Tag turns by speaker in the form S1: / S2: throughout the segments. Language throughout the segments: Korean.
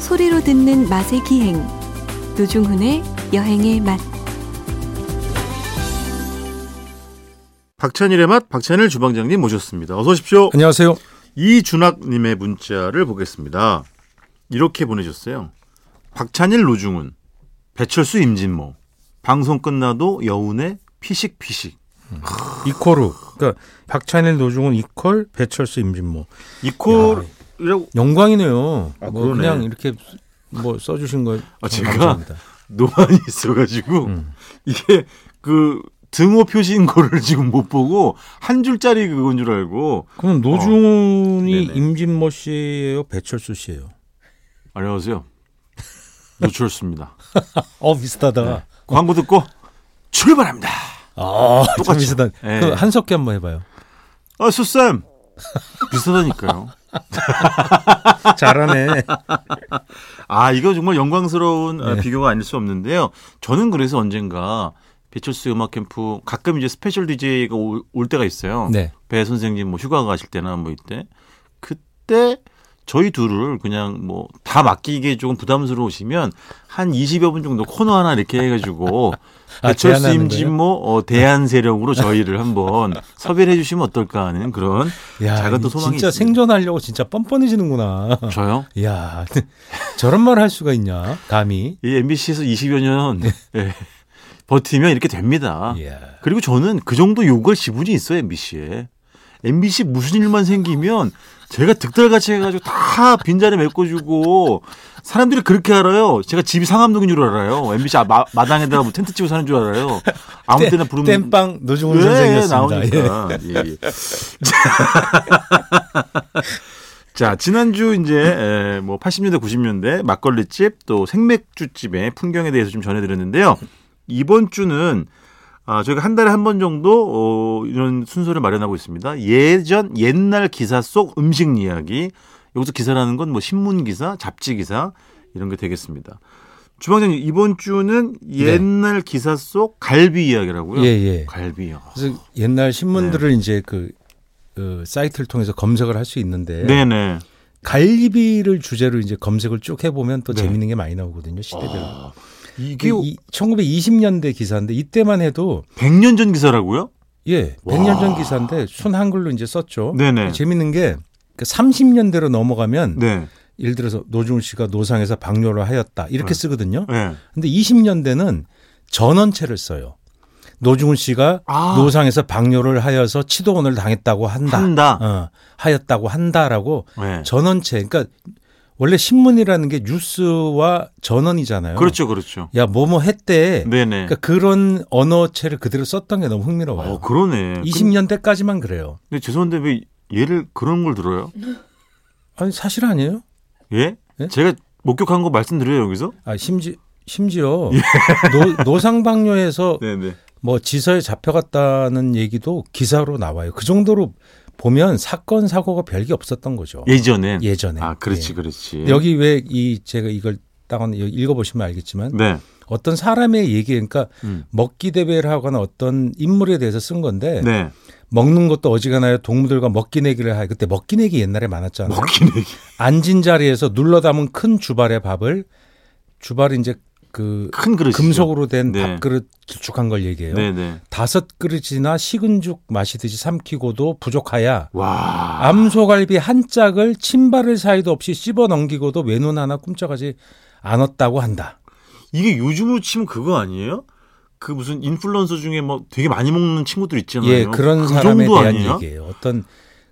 S1: 소리로 듣는 맛의 기행 노중훈의 여행의 맛
S2: 박찬일의 맛 박찬일 주방장님 모셨습니다. 어서 오십시오.
S3: 안녕하세요.
S2: 이준학님의 문자를 보겠습니다. 이렇게 보내셨어요. 박찬일 노중훈 배철수 임진모 방송 끝나도 여운의 피식 피식
S3: 이코르. 그러니까 박찬일, 노중훈, 이퀄, 배철수, 임진모.
S2: 이콜이라고
S3: 영광이네요.
S2: 아,
S3: 뭐
S2: 그러네.
S3: 그냥 이렇게 뭐 써주신 거
S2: 아, 제가?
S3: 감사합니다.
S2: 노안이 있어가지고
S3: 음.
S2: 이게 그 등호 표시인 거를 지금 못 보고 한 줄짜리 그건 줄 알고
S3: 그럼 노중훈이
S2: 어. 네네.
S3: 임진모 씨예요, 배철수 씨예요.
S2: 안녕하세요 노철수입니다.
S3: 어 비슷하다.
S2: 광고 듣고 출발합니다.
S3: 아
S2: 똑같죠.
S3: 비슷한.
S2: 예.
S3: 그럼 한석기 한번 해봐요.
S2: 아 수쌤 비슷하다니까요.
S3: 잘하네.
S2: 아, 이거 정말 영광스러운
S3: 네.
S2: 아, 비교가 아닐 수 없는데요. 저는 그래서 언젠가 배철수 음악 캠프 가끔 이제 스페셜 DJ가 올, 올 때가 있어요.
S3: 네.
S2: 배 선생님 뭐 휴가 가실 때나 뭐 이때 그때 저희 둘을 그냥 뭐 다 맡기기에 조금 부담스러우시면 한 20여 분 정도 코너 하나 이렇게 해가지고
S3: 아,
S2: 배철수
S3: 제안하는
S2: 임진모 어, 대한 세력으로 저희를 한번 섭외해 주시면 어떨까 하는 그런
S3: 야,
S2: 작은 또
S3: 이
S2: 소망이
S3: 진짜
S2: 있습니다.
S3: 생존하려고 진짜 뻔뻔해지는구나.
S2: 저요?
S3: 야, 저런 말 할 수가 있냐? 감히.
S2: 이 MBC에서 20여 년
S3: 네.
S2: 예, 버티면 이렇게 됩니다.
S3: 이야.
S2: 그리고 저는 그 정도 요구할 지분이 있어요, MBC에. MBC 무슨 일만 생기면 제가 득달같이 해가지고 다 빈자리 메꿔주고 사람들이 그렇게 알아요. 제가 집이 상암동인 줄 알아요. MBC 아, 마, 마당에다가 뭐 텐트 치고 사는 줄 알아요. 아무 때나 부르면
S3: 땜빵 노중훈
S2: 예,
S3: 선생이었습니다. 예.
S2: 나오니까. 예, 예. 자, 지난주 이제 에, 뭐 80년대 90년대 막걸리집 또 생맥주집의 풍경에 대해서 좀 전해 드렸는데요. 이번 주는 아, 저희가 한 달에 한 번 정도 어, 이런 순서를 마련하고 있습니다. 예전 옛날 기사 속 음식 이야기. 여기서 기사라는 건 뭐 신문 기사, 잡지 기사 이런 게 되겠습니다. 주방장님 이번 주는 옛날 기사 속 갈비 이야기라고요.
S3: 네. 예, 예.
S2: 갈비요.
S3: 그래서 옛날 신문들을
S2: 네.
S3: 이제 그, 그 사이트를 통해서 검색을 할 수 있는데
S2: 네네.
S3: 갈비를 주제로 이제 검색을 쭉 해보면 또
S2: 네.
S3: 재밌는 게 많이 나오거든요 시대별로.
S2: 아,
S3: 그
S2: 이게
S3: 이, 1920년대 기사인데 이때만 해도
S2: 100년 전 기사라고요?
S3: 예
S2: 와.
S3: 100년 전 기사인데 순 한글로 이제 썼죠.
S2: 네네.
S3: 재밌는 게 그러니까 30년대로 넘어가면
S2: 네.
S3: 예를 들어서 노중훈 씨가 노상에서 박료를 하였다 이렇게
S2: 네.
S3: 쓰거든요.
S2: 네.
S3: 근데 20년대는 전원체를 써요. 노중훈 씨가
S2: 아.
S3: 노상에서 박료를 하여서 치도원을 당했다고 한다.
S2: 한다.
S3: 어, 하였다고 한다라고
S2: 네.
S3: 전원체. 그러니까 원래 신문이라는 게 뉴스와 전원이잖아요.
S2: 그렇죠, 그렇죠.
S3: 야, 뭐뭐 했대.
S2: 네네.
S3: 그러니까 그런 언어체를 그대로 썼던 게 너무 흥미로워요.
S2: 어, 그러네.
S3: 20년대까지만 그래요.
S2: 근데 죄송한데 왜 얘를 그런 걸 들어요?
S3: 아니, 사실 아니에요?
S2: 예?
S3: 예?
S2: 제가 목격한 거 말씀드려요, 여기서?
S3: 아, 심지, 심지어
S2: 예.
S3: 노, 노상방뇨에서
S2: 네네.
S3: 뭐 지서에 잡혀갔다는 얘기도 기사로 나와요. 그 정도로 보면 사건 사고가 별게 없었던 거죠.
S2: 예전엔.
S3: 예전에.
S2: 아, 그렇지,
S3: 예.
S2: 그렇지.
S3: 근데 여기 왜 이 제가 이걸 딱 읽어보시면 알겠지만
S2: 네.
S3: 어떤 사람의 얘기 그러니까
S2: 음.
S3: 먹기 대회를 하거나 어떤 인물에 대해서 쓴 건데
S2: 네.
S3: 먹는 것도 어지간하여 동물들과 먹기 내기를 하여 그때 먹기 내기 옛날에 많았잖아요.
S2: 먹긴 얘기.
S3: 앉은 자리에서 눌러 담은 큰 주발의 밥을 주발이 이제 그
S2: 큰 그릇이.
S3: 금속으로 된
S2: 네.
S3: 밥그릇 길쭉한 걸 얘기해요.
S2: 네네.
S3: 다섯 그릇이나 식은 죽 마시듯이 삼키고도 부족하야 아.
S2: 와.
S3: 암소갈비 한 짝을 침발을 사이도 없이 씹어 넘기고도 외눈 하나 꿈쩍하지 않았다고 한다.
S2: 이게 요즘으로 치면 그거 아니에요? 그 무슨 인플루언서 중에 뭐 되게 많이 먹는 친구들 있잖아요.
S3: 예, 그런
S2: 그
S3: 사람에
S2: 정도
S3: 대한
S2: 아니에요?
S3: 얘기예요. 어떤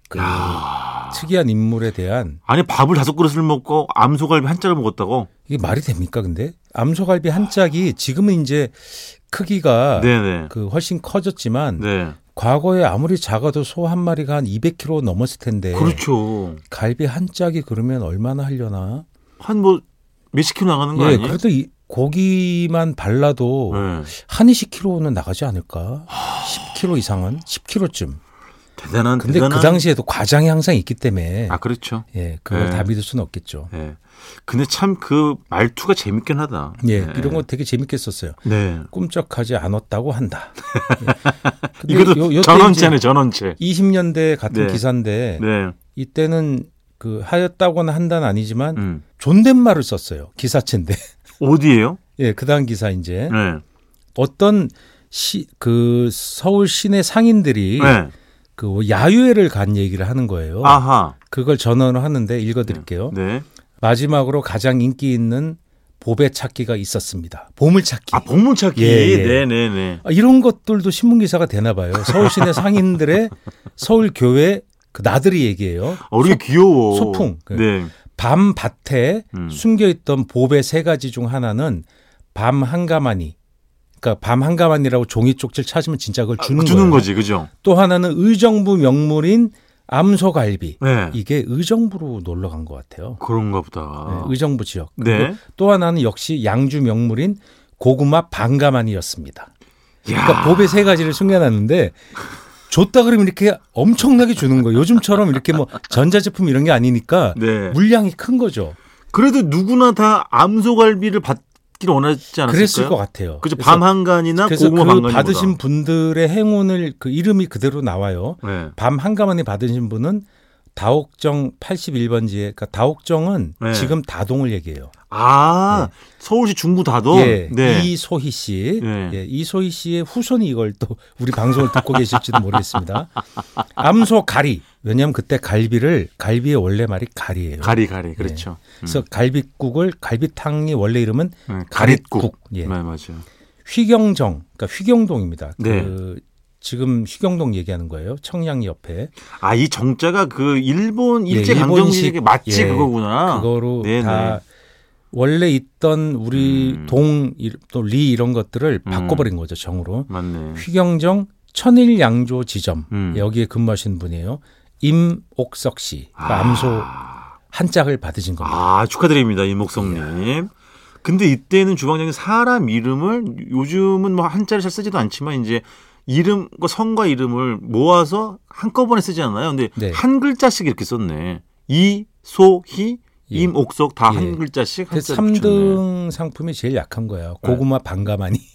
S3: 그
S2: 야.
S3: 특이한 인물에 대한
S2: 아니 밥을 다섯 그릇을 먹고 암소갈비 한 자를 먹었다고?
S3: 이게 말이 됩니까? 근데 암소갈비 한 짝이 지금은 이제 크기가
S2: 네네.
S3: 그 훨씬 커졌지만
S2: 네.
S3: 과거에 아무리 작아도 소 한 마리가 한 200kg 넘었을 텐데
S2: 그렇죠.
S3: 갈비 한 짝이 그러면 얼마나 하려나?
S2: 한 뭐 몇십 킬로 나가는 거
S3: 예,
S2: 아니에요?
S3: 그래도 이 고기만 발라도
S2: 네.
S3: 한 20kg는 나가지 않을까? 10kg 이상은 10kg쯤.
S2: 대단한
S3: 근데
S2: 대단한.
S3: 그 당시에도 과장이 항상 있기 때문에
S2: 아 그렇죠.
S3: 예, 그걸
S2: 예.
S3: 다 믿을 수는 없겠죠.
S2: 예. 근데 참 그 말투가 재밌긴 하다.
S3: 예, 이런 거 되게 재밌게 썼어요.
S2: 네.
S3: 꿈쩍하지 않았다고 예. 한다.
S2: 이것도 전원체네 전원체.
S3: 20년대 같은
S2: 네.
S3: 기사인데
S2: 네.
S3: 이때는 그 하였다고는 한단 아니지만
S2: 음.
S3: 존댓말을 썼어요. 기사체인데.
S2: 어디예요?
S3: 예, 그 당시 기사 이제
S2: 네.
S3: 어떤 시, 그 서울 시내 상인들이
S2: 네.
S3: 그 야유회를 간 얘기를 하는 거예요.
S2: 아하.
S3: 그걸 전언을 하는데 어, 읽어드릴게요.
S2: 네.
S3: 마지막으로 가장 인기 있는 보배 찾기가 있었습니다. 보물 찾기.
S2: 아 복문 찾기.
S3: 예, 예.
S2: 네네네.
S3: 아, 이런 것들도 신문 기사가 되나 봐요. 서울 시내 상인들의 서울 교회 그 나들이 얘기예요.
S2: 어, 되게 귀여워.
S3: 소풍. 그
S2: 네.
S3: 밤 밭에
S2: 음.
S3: 숨겨 있던 보배 세 가지 중 하나는 밤 한가마니. 그러니까 밤 한가마니라고 종이 쪽지를 찾으면 진짜 그걸 주는,
S2: 아, 주는
S3: 거예요.
S2: 거지, 그죠?
S3: 또 하나는 의정부 명물인 암소갈비.
S2: 네.
S3: 이게 의정부로 놀러 간 것 같아요.
S2: 그런가
S3: 네,
S2: 보다.
S3: 의정부 뭐, 지역.
S2: 네.
S3: 그리고 또 하나는 역시 양주 명물인 고구마 방가만이었습니다.
S2: 야.
S3: 그러니까 보배 세 가지를 숨겨놨는데 줬다 그러면 이렇게 엄청나게 주는 거예요. 요즘처럼 이렇게 뭐 전자제품 이런 게 아니니까
S2: 네.
S3: 물량이 큰 거죠.
S2: 그래도 누구나 다 암소갈비를 받길 원하지 않았을까요?
S3: 그랬을 것 같아요.
S2: 그죠?
S3: 그래서-
S2: 밤 한간이나
S3: 그래서
S2: 고구마
S3: 그
S2: 방간이보다.
S3: 받으신 분들의 행운을 그 이름이 그대로 나와요.
S2: 네.
S3: 밤 한가만에 받으신 분은 다옥정 81번지에 그러니까 다옥정은
S2: 네.
S3: 지금 다동을 얘기해요.
S2: 아, 서울시 중구 다동.
S3: 네. 예,
S2: 네.
S3: 이소희 씨,
S2: 네.
S3: 예, 이소희 씨의 후손이 이걸 또 우리 방송을 듣고 계실지도 모르겠습니다. 암소 가리. 왜냐하면 그때 갈비를 갈비의 원래 말이 가리예요.
S2: 가리 가리. 그렇죠.
S3: 그래서 갈비국을 갈비탕이 원래 이름은
S2: 네,
S3: 가릿국.
S2: 가릿국.
S3: 예.
S2: 네, 맞아요.
S3: 휘경정, 그러니까 휘경동입니다. 그
S2: 네.
S3: 지금 휘경동 얘기하는 거예요. 청량 옆에
S2: 아, 이 정자가 그 일본 일제
S3: 예, 일본식,
S2: 강점기의 맞지
S3: 예,
S2: 그거구나.
S3: 그거로
S2: 아, 네네.
S3: 다 원래 있던 우리
S2: 음.
S3: 동 또 리 이런 것들을
S2: 음.
S3: 바꿔버린 거죠 정으로.
S2: 맞네.
S3: 휘경정 천일양조 지점
S2: 음.
S3: 여기에 근무하신 분이에요. 임옥석 씨 그러니까 암소 한 짝을 받으신 겁니다.
S2: 아, 축하드립니다. 이목성님. 근데 이때는 주방장이 사람 이름을 요즘은 뭐 한자를 잘 쓰지도 않지만 이제 이름, 그 성과 이름을 모아서 한꺼번에 쓰지 않나요? 근데
S3: 네.
S2: 한 글자씩 이렇게 썼네. 이, 소, 희,
S3: 예.
S2: 임, 옥, 석 다 한
S3: 예.
S2: 글자씩
S3: 근데
S2: 한자
S3: 3등 상품이 제일 약한 거야.
S2: 네.
S3: 고구마 반가마니.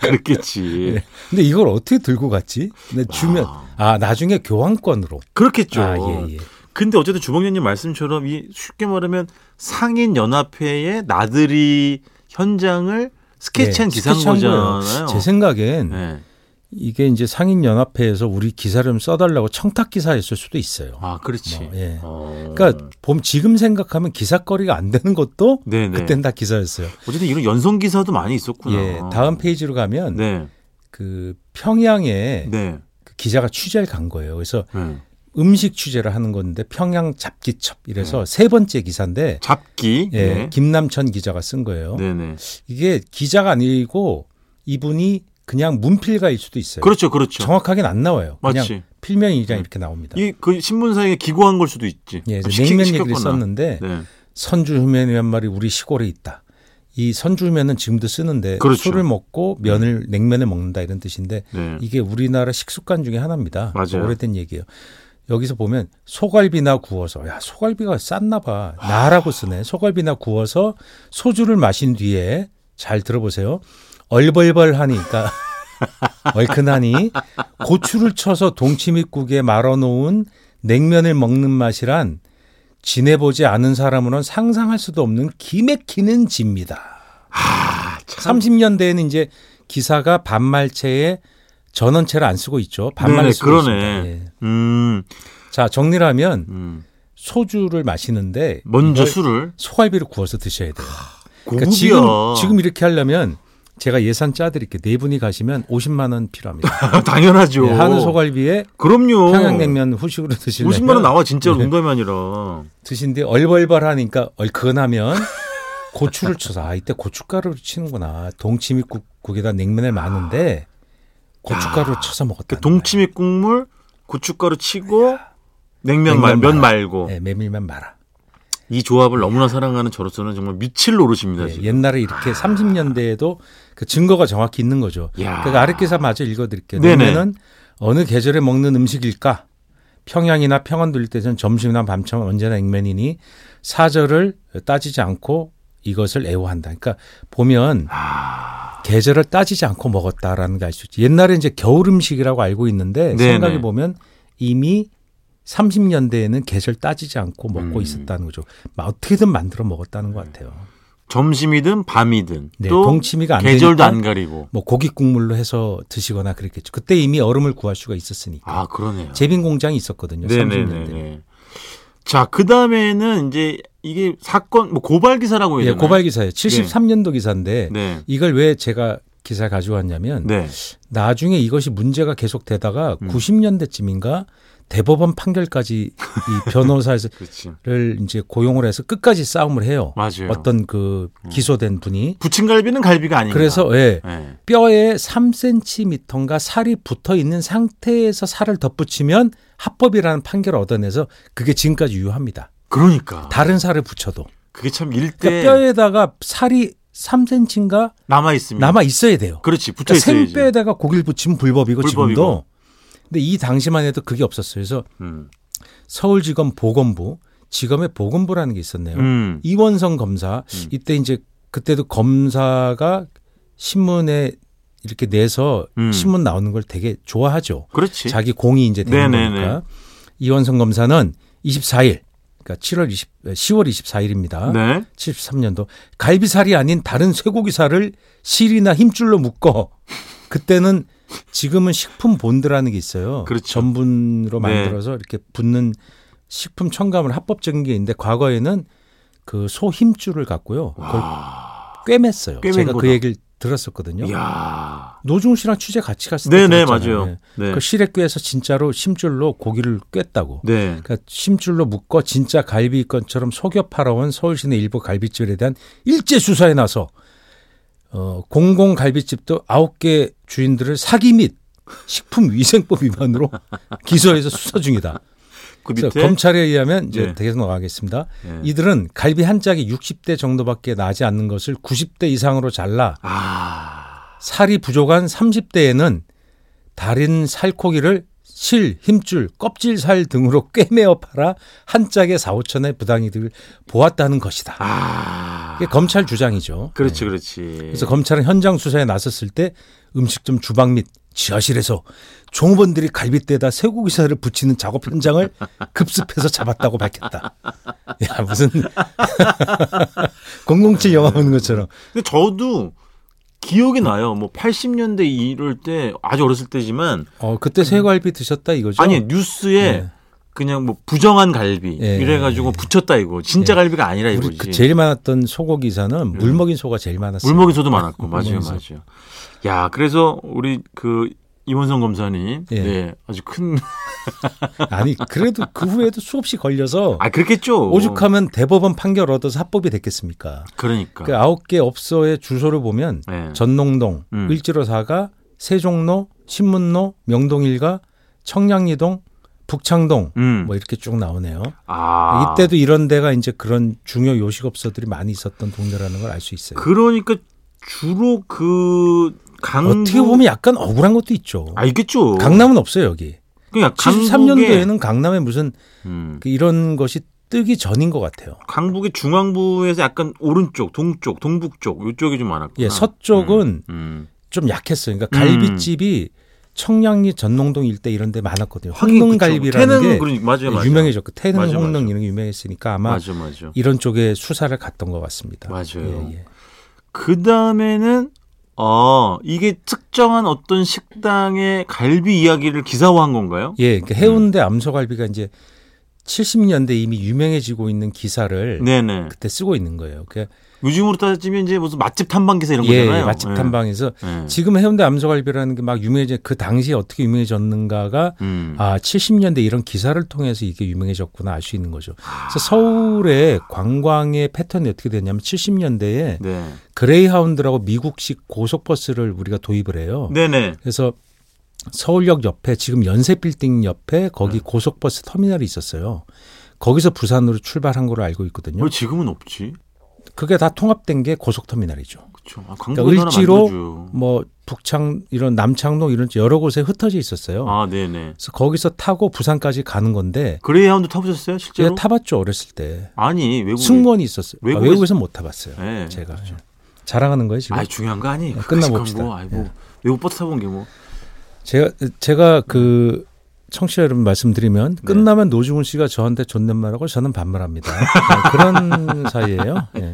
S2: 그렇겠지.
S3: 근데 이걸 어떻게 들고 갔지? 근데 주면 아 나중에 교환권으로.
S2: 그렇겠죠.
S3: 아 예 예.
S2: 근데 어쨌든 주방장님 말씀처럼 이 쉽게 말하면 상인 연합회의 나들이 현장을 스케치한
S3: 네,
S2: 기사인
S3: 스케치한 거예요.
S2: 거잖아요.
S3: 제 생각엔
S2: 네.
S3: 이게 이제 상인연합회에서 우리 기사를 좀 써달라고 청탁 기사였을 수도 있어요.
S2: 아, 그렇지.
S3: 뭐, 예.
S2: 어.
S3: 그러니까 봄 지금 생각하면 기사거리가 안 되는 것도
S2: 네네.
S3: 그땐 다 기사였어요.
S2: 어쨌든 이런 연성 기사도 많이 있었구나. 어.
S3: 예, 다음 페이지로 가면
S2: 네,
S3: 그 평양에
S2: 네,
S3: 그 기자가 취재를 간 거예요. 그래서
S2: 네.
S3: 음식 취재를 하는 건데 평양 잡기첩 이래서 세 번째 기사인데
S2: 잡기.
S3: 예,
S2: 음. 네.
S3: 김남천 기자가 쓴 거예요.
S2: 네, 네.
S3: 이게 기자가 아니고 이분이 그냥 문필가일 수도 있어요.
S2: 그렇죠, 음. 그렇죠.
S3: 정확하게는 안 나와요. 그냥
S2: 맞지.
S3: 필명이 그냥 이렇게 나옵니다.
S2: 이 그 신문사에 기고한 걸 수도 있지.
S3: 예, 그래서
S2: 시키-
S3: 냉면 얘기를
S2: 시켰구나.
S3: 썼는데
S2: 네.
S3: 선주면이 한 말이 우리 시골에 있다. 이 선주면은 지금도 쓰는데
S2: 그렇죠.
S3: 술을 먹고 면을 냉면을 먹는다 이런 뜻인데
S2: 네.
S3: 이게 우리나라 식습관 중에 하나입니다.
S2: 맞아요.
S3: 오래된 얘기예요. 여기서 보면 소갈비나 구워서 야 소갈비가 쌌나 봐 나라고 쓰네 소갈비나 구워서 소주를 마신 뒤에 잘 들어보세요 얼벌벌하니 그러니까 얼큰하니 고추를 쳐서 동치미국에 말아놓은 냉면을 먹는 맛이란 지내보지 않은 사람으로는 상상할 수도 없는 기맥히는 집입니다.
S2: 아, 참.
S3: 30년대에는 이제 기사가 반말체에 전원체를 안 쓰고 있죠. 반말을
S2: 네네,
S3: 쓰고
S2: 그러네.
S3: 있습니다. 예.
S2: 음,
S3: 자 정리를 하면
S2: 음.
S3: 소주를 마시는데
S2: 먼저
S3: 이걸
S2: 술을
S3: 소갈비를 구워서 드셔야 돼요. 그러니까
S2: 고급이야.
S3: 지금 지금 이렇게 하려면 제가 예산 짜드릴게요. 네 분이 가시면 50만 원 필요합니다.
S2: 당연하죠.
S3: 예, 한우 소갈비에
S2: 그럼요.
S3: 평양냉면 후식으로 드시려면
S2: 50만 원 나와 진짜로
S3: 네.
S2: 농담이 아니라.
S3: 드신데 얼벌벌하니까 얼큰하면 고추를 쳐서 아 이때 고춧가루를 치는구나 동치미국에다 냉면을 마는데 고춧가루를 쳐서 먹었다.
S2: 그 동치미 국물, 고춧가루 치고 냉면
S3: 냉면
S2: 말, 면
S3: 말아.
S2: 말고
S3: 네, 메밀면 마라.
S2: 이 조합을 너무나 사랑하는 저로서는 정말 미칠 노릇입니다.
S3: 예,
S2: 지금.
S3: 옛날에 이렇게 30년대에도 그 증거가 정확히 있는 거죠.
S2: 아. 야.
S3: 그러니까 아래 기사 마저 읽어드릴게요.
S2: 네네.
S3: 냉면은 어느 계절에 먹는 음식일까? 평양이나 평안 돌릴 때는 점심이나 밤처럼 언제나 냉면이니 사절을 따지지 않고 이것을 애호한다. 그러니까 보면
S2: 아,
S3: 계절을 따지지 않고 먹었다라는 걸 알 수 있지. 옛날에 이제 겨울 음식이라고 알고 있는데
S2: 네, 네네.
S3: 생각해 보면 이미 30년대에는 계절 따지지 않고 먹고
S2: 음. 네.
S3: 있었다는 거죠. 마- 어떻게든 만들어 먹었다는 것 같아요.
S2: 점심이든 밤이든
S3: 네,
S2: 또
S3: 동치미가 안
S2: 계절도
S3: 되니까
S2: 안 가리고.
S3: 뭐 고기 국물로 해서 드시거나 그랬겠죠. 그때 이미 얼음을 구할 수가 있었으니까.
S2: 아 그러네요. 네,
S3: 제빙 공장이 있었거든요. 예, 30년대.
S2: 네네네. 자그 다음에는 이제 이게 사건 뭐 고발 기사라고 해야
S3: 예,
S2: 되나요?
S3: 고발 기사예요. 73년도 기사인데
S2: 네.
S3: 이걸 왜 제가 기사 가져왔냐면
S2: 네.
S3: 나중에 이것이 문제가 계속되다가
S2: 음.
S3: 90년대쯤인가 대법원 판결까지 이 변호사에서
S2: 그렇지.
S3: 를 이제 고용을 해서 끝까지 싸움을 해요.
S2: 맞아요.
S3: 어떤 그 기소된 분이
S2: 부침갈비는 갈비가 아니다.
S3: 그래서 예.
S2: 네.
S3: 뼈에 3cm인가 살이 붙어 있는 상태에서 살을 덧붙이면 합법이라는 판결을 얻어내서 그게 지금까지 유효합니다.
S2: 그러니까
S3: 다른 살을 붙여도.
S2: 그게 참
S3: 그러니까
S2: 일대
S3: 뼈에다가 살이 3cm인가
S2: 남아 있습니다.
S3: 남아 있어야 돼요.
S2: 그렇지 음. 붙여
S3: 그러니까
S2: 있어야지.
S3: 생뼈에다가 고기를 붙이면 불법이고,
S2: 불법이고.
S3: 지금도. 근데 이 당시만 해도 그게 없었어요. 그래서
S2: 음.
S3: 서울지검 보건부, 지검의 보건부라는 게 있었네요.
S2: 음.
S3: 이원성 검사 이때 이제 그때도 검사가 신문에 이렇게 내서
S2: 음.
S3: 신문 나오는 걸 되게 좋아하죠.
S2: 그렇지.
S3: 자기 공이 이제 되는
S2: 네네네.
S3: 거니까. 이원성 검사는 24일 그러니까 7월 20 10월 24일입니다.
S2: 네.
S3: 73년도 갈비살이 아닌 다른 쇠고기살을 실이나 힘줄로 묶어 그때는 지금은 식품 본드라는 게 있어요.
S2: 그렇죠.
S3: 전분으로
S2: 네.
S3: 만들어서 이렇게 붓는 식품 첨가물 합법적인 게 있는데 과거에는 그 소 힘줄을 갖고요. 그걸
S2: 와.
S3: 꿰맸어요.
S2: 꿰맨
S3: 제가 그
S2: 거다.
S3: 얘기를 들었었거든요.
S2: 이야.
S3: 노중훈 씨랑 취재 같이 갔을 때
S2: 네네
S3: 들었잖아요.
S2: 맞아요.
S3: 네.
S2: 네.
S3: 그 실에 꿰서 진짜로 심줄로 고기를 꿰었다고.
S2: 네.
S3: 그러니까 심줄로 묶어 진짜 갈비건처럼 속여 팔아온 서울시내 일부 갈비집에 대한 일제 수사에 나서 어, 공공 갈비집도 아홉 개 주인들을 사기 및 식품 위생법 위반으로 기소해서 수사 중이다.
S2: 그 밑에
S3: 그래서 검찰에 의하면 이제
S2: 네.
S3: 계속 나가겠습니다.
S2: 네.
S3: 이들은 갈비 한 짝이 60대 정도밖에 나지 않는 것을 90대 이상으로 잘라
S2: 아.
S3: 살이 부족한 30대에는 다른 살코기를 실, 힘줄, 껍질살 등으로 꿰매어 팔아 한 짝에 4, 5천의 부당이득을 보았다는 것이다.
S2: 아.
S3: 이게 검찰 주장이죠.
S2: 그렇지
S3: 네.
S2: 그렇지.
S3: 그래서 검찰은 현장 수사에 나섰을 때 음식점 주방 및 지하실에서 종업원들이 갈비대에다 쇠고기살을 붙이는 작업 현장을 급습해서 잡았다고 밝혔다. 야 무슨 007 영화 보는 것처럼.
S2: 근데 저도 기억이 나요. 뭐 80년대 이럴 때 아주 어렸을 때지만
S3: 어 그때 쇠갈비 드셨다 이거죠?
S2: 아니 뉴스에
S3: 네.
S2: 그냥 뭐 부정한 갈비
S3: 예.
S2: 이래가지고 붙였다 이거 진짜
S3: 예.
S2: 갈비가 아니라
S3: 우리
S2: 이거지. 음.
S3: 그 제일 많았던 소고 기사는 물 먹인 소가 제일 많았어요.
S2: 물먹이 소도 많았고 맞아요
S3: 네. 물먹이소.
S2: 맞아요. 야 그래서 우리 그 이원성 검사님
S3: 예.
S2: 네, 아주 큰
S3: 아니 그래도 그 후에도 수없이 걸려서
S2: 아 그렇겠죠.
S3: 오죽하면 대법원 판결 얻어서 합법이 됐겠습니까?
S2: 그러니까.
S3: 그 아홉 개 업소의 주소를 보면
S2: 예.
S3: 전농동,
S2: 음.
S3: 을지로사가, 세종로, 신문로, 명동일가, 청량리동, 북창동
S2: 음.
S3: 뭐 이렇게 쭉 나오네요.
S2: 아.
S3: 이때도 이런 데가 이제 그런 중요 요식업소들이 많이 있었던 동네라는 걸 알 수 있어요.
S2: 그러니까 주로 그 강북
S3: 어떻게 보면 약간 억울한 것도 있죠.
S2: 아 있겠죠.
S3: 강남은 없어요 여기.
S2: 그러니까 강북의-
S3: 73년도에는 강남에 무슨
S2: 음.
S3: 그 이런 것이 뜨기 전인 것 같아요.
S2: 강북의 중앙부에서 약간 오른쪽, 동쪽, 동북쪽 이쪽이 좀 많았구나.
S3: 예, 서쪽은
S2: 아, 음.
S3: 좀 약했어요. 그러니까
S2: 음.
S3: 갈비집이 청량리 전농동 일대 이런 데 많았거든요.
S2: 하긴 그쵸.
S3: 황릉갈비라는
S2: 태능은
S3: 게
S2: 그러니- 맞아요, 맞아요.
S3: 유명해졌고 태릉,
S2: 맞아,
S3: 홍릉
S2: 맞아.
S3: 이런 게 유명했으니까 아마
S2: 맞아, 맞아.
S3: 이런 쪽에 수사를 갔던 것 같습니다.
S2: 맞아요.
S3: 예, 예.
S2: 그 다음에는 어 이게 특정한 어떤 식당의 갈비 이야기를 기사화한 건가요?
S3: 예, 그러니까 해운대 암소갈비가 이제 70년대 이미 유명해지고 있는 기사를
S2: 네네.
S3: 그때 쓰고 있는 거예요. 그러니까
S2: 요즘으로 따지면 이제 무슨 맛집 탐방 기사 이런
S3: 예,
S2: 거잖아요.
S3: 맛집 탐방에서
S2: 예. 예.
S3: 지금 해운대 암소갈비라는 게 막 유명해져 그 당시에 어떻게 유명해졌는가가
S2: 음.
S3: 아, 70년대 이런 기사를 통해서 이게 유명해졌구나 알 수 있는 거죠.
S2: 아.
S3: 그래서 서울의 관광의 패턴이 어떻게 됐냐면 70년대에
S2: 네.
S3: 그레이하운드라고 미국식 고속버스를 우리가 도입을 해요.
S2: 네네.
S3: 그래서 서울역 옆에 지금 연세빌딩 옆에
S2: 네.
S3: 거기 고속버스 터미널이 있었어요. 거기서 부산으로 출발한 걸로 알고 있거든요.
S2: 왜 지금은 없지?
S3: 그게 다 통합된 게 고속터미널이죠.
S2: 그렇죠. 아,
S3: 그러니까
S2: 광고에서
S3: 을지로
S2: 하나
S3: 뭐 북창 이런 남창동 이런 여러 곳에 흩어져 있었어요.
S2: 만들어줘요. 아, 네네.
S3: 그래서 거기서 타고 부산까지 가는 건데
S2: 그레이하운드 타보셨어요, 실제로?
S3: 제가 예, 타봤죠 어렸을 때
S2: 아니, 외국에.
S3: 승무원이 있었어요. 아,
S2: 외국에서-
S3: 외국에서 못 타봤어요.
S2: 예.
S3: 제가 자랑하는 거예요 지금.
S2: 아, 중요한 거 아니에요.
S3: 예, 끝나봅시다.
S2: 아이 뭐 외국 버스 타본 게 뭐.
S3: 제가 제가 그 청취자 여러분
S2: 네.
S3: 말씀드리면 끝나면 노중훈 씨가 저한테 존댓말하고 저는 반말합니다. 네, 그런 사이예요. 예.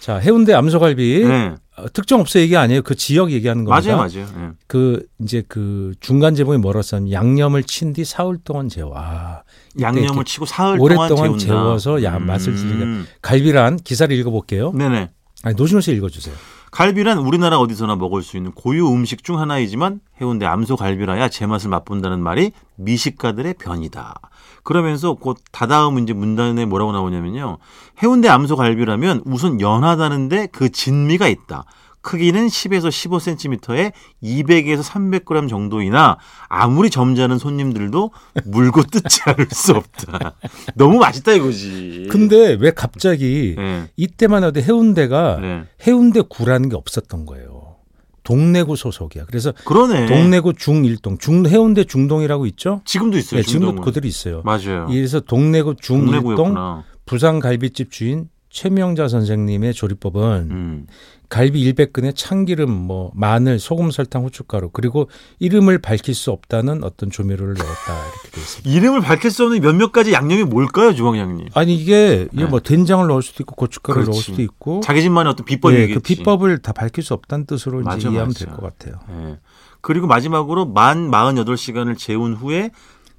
S3: 자 해운대 암소갈비
S2: 네.
S3: 어, 특정 업소 얘기 아니에요. 그 지역 얘기하는 겁니다.
S2: 맞아요, 맞아요. 예.
S3: 그 이제 그 중간 제목이 뭐라서 양념을 친 뒤 사흘 동안 재워. 아,
S2: 양념을 치고 사흘
S3: 오랫동안
S2: 동안 재운다.
S3: 재워서 야, 맛을
S2: 음.
S3: 즐기다. 갈비란 기사를 읽어볼게요.
S2: 네네.
S3: 아니, 노준호 씨 읽어주세요.
S2: 갈비란 우리나라 어디서나 먹을 수 있는 고유 음식 중 하나이지만 해운대 암소 갈비라야 제맛을 맛본다는 말이 미식가들의 변이다. 그러면서 곧 다다음 이제 문단에 뭐라고 나오냐면요. 해운대 암소 갈비라면 우선 연하다는데 그 진미가 있다. 크기는 10에서 15cm에 200에서 300g 정도이나 아무리 점잖은 손님들도 물고 뜯지 않을 수 없다. 너무 맛있다 이거지.
S3: 근데 왜 갑자기
S2: 네.
S3: 이때만 해도 해운대가
S2: 네.
S3: 해운대 구라는 게 없었던 거예요. 동래구 소속이야. 그래서
S2: 그러네.
S3: 동래구 중일동, 중 해운대 중동이라고 있죠?
S2: 지금도 있어요.
S3: 네, 지금도 예,
S2: 중동은.
S3: 그들이 있어요.
S2: 맞아요.
S3: 그래서 동래구 중일동
S2: 동래구였구나.
S3: 부산 갈비집 주인 최명자 선생님의 조리법은
S2: 음.
S3: 갈비 100근에 참기름, 뭐 마늘, 소금, 설탕, 후춧가루 그리고 이름을 밝힐 수 없다는 어떤 조미료를 넣었다 이렇게 돼 있습니다.
S2: 이름을 밝힐 수 없는 몇몇 가지 양념이 뭘까요, 주방장님?
S3: 아니 이게
S2: 네.
S3: 이게 뭐 된장을 넣을 수도 있고 고춧가루 를 넣을
S2: 그렇지.
S3: 수도 있고
S2: 자기 집만의 어떤
S3: 예,
S2: 비법이겠지.
S3: 그 비법을 다 밝힐 수 없다는 뜻으로 이제
S2: 맞아,
S3: 이해하면
S2: 맞아.
S3: 될 것 같아요.
S2: 예. 그리고 마지막으로 만 48시간을 재운 후에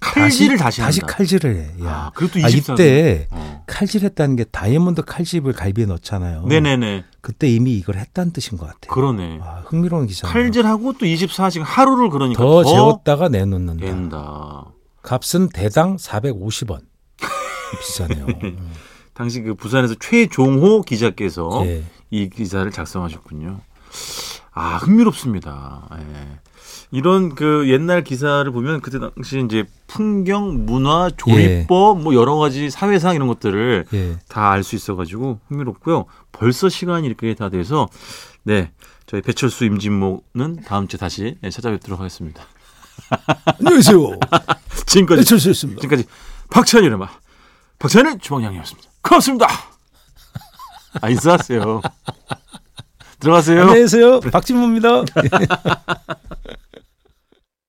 S2: 칼질을 다시,
S3: 다시
S2: 한다.
S3: 칼질을 해.
S2: 아,
S3: 야.
S2: 그것도
S3: 아,
S2: 24.
S3: 이때
S2: 어.
S3: 칼질했다는 게 다이아몬드 칼집을 갈비에 넣잖아요.
S2: 네네네.
S3: 그때 이미 이걸 했다는 뜻인 것 어. 같아요.
S2: 그러네.
S3: 와, 흥미로운 기사.
S2: 칼질하고 또 24시간 하루를 그러니까
S3: 더
S2: 더,
S3: 재웠다가 내놓는다.
S2: 낸다.
S3: 값은 대당 450원. 비싸네요. 음.
S2: 당시 그 부산에서 최종호 기자께서
S3: 예.
S2: 이 기사를 작성하셨군요. 아 흥미롭습니다. 예. 이런 그 옛날 기사를 보면 그때 당시 이제 풍경, 문화, 조리법 뭐 여러 가지 사회상 이런 것들을
S3: 예.
S2: 다 알 수 있어가지고 흥미롭고요. 벌써 시간이 이렇게 다 돼서 네 저희 배철수 임진모는 다음 주에 다시 네, 찾아뵙도록 하겠습니다.
S3: 안녕하세요. 네,
S2: 지금까지
S3: 배철수였습니다.
S2: 지금까지 박찬일의 맛 박찬일 주방장이었습니다. 고맙습니다. 아 인사하세요. 들어가세요.
S3: 안녕하세요. 박진모입니다.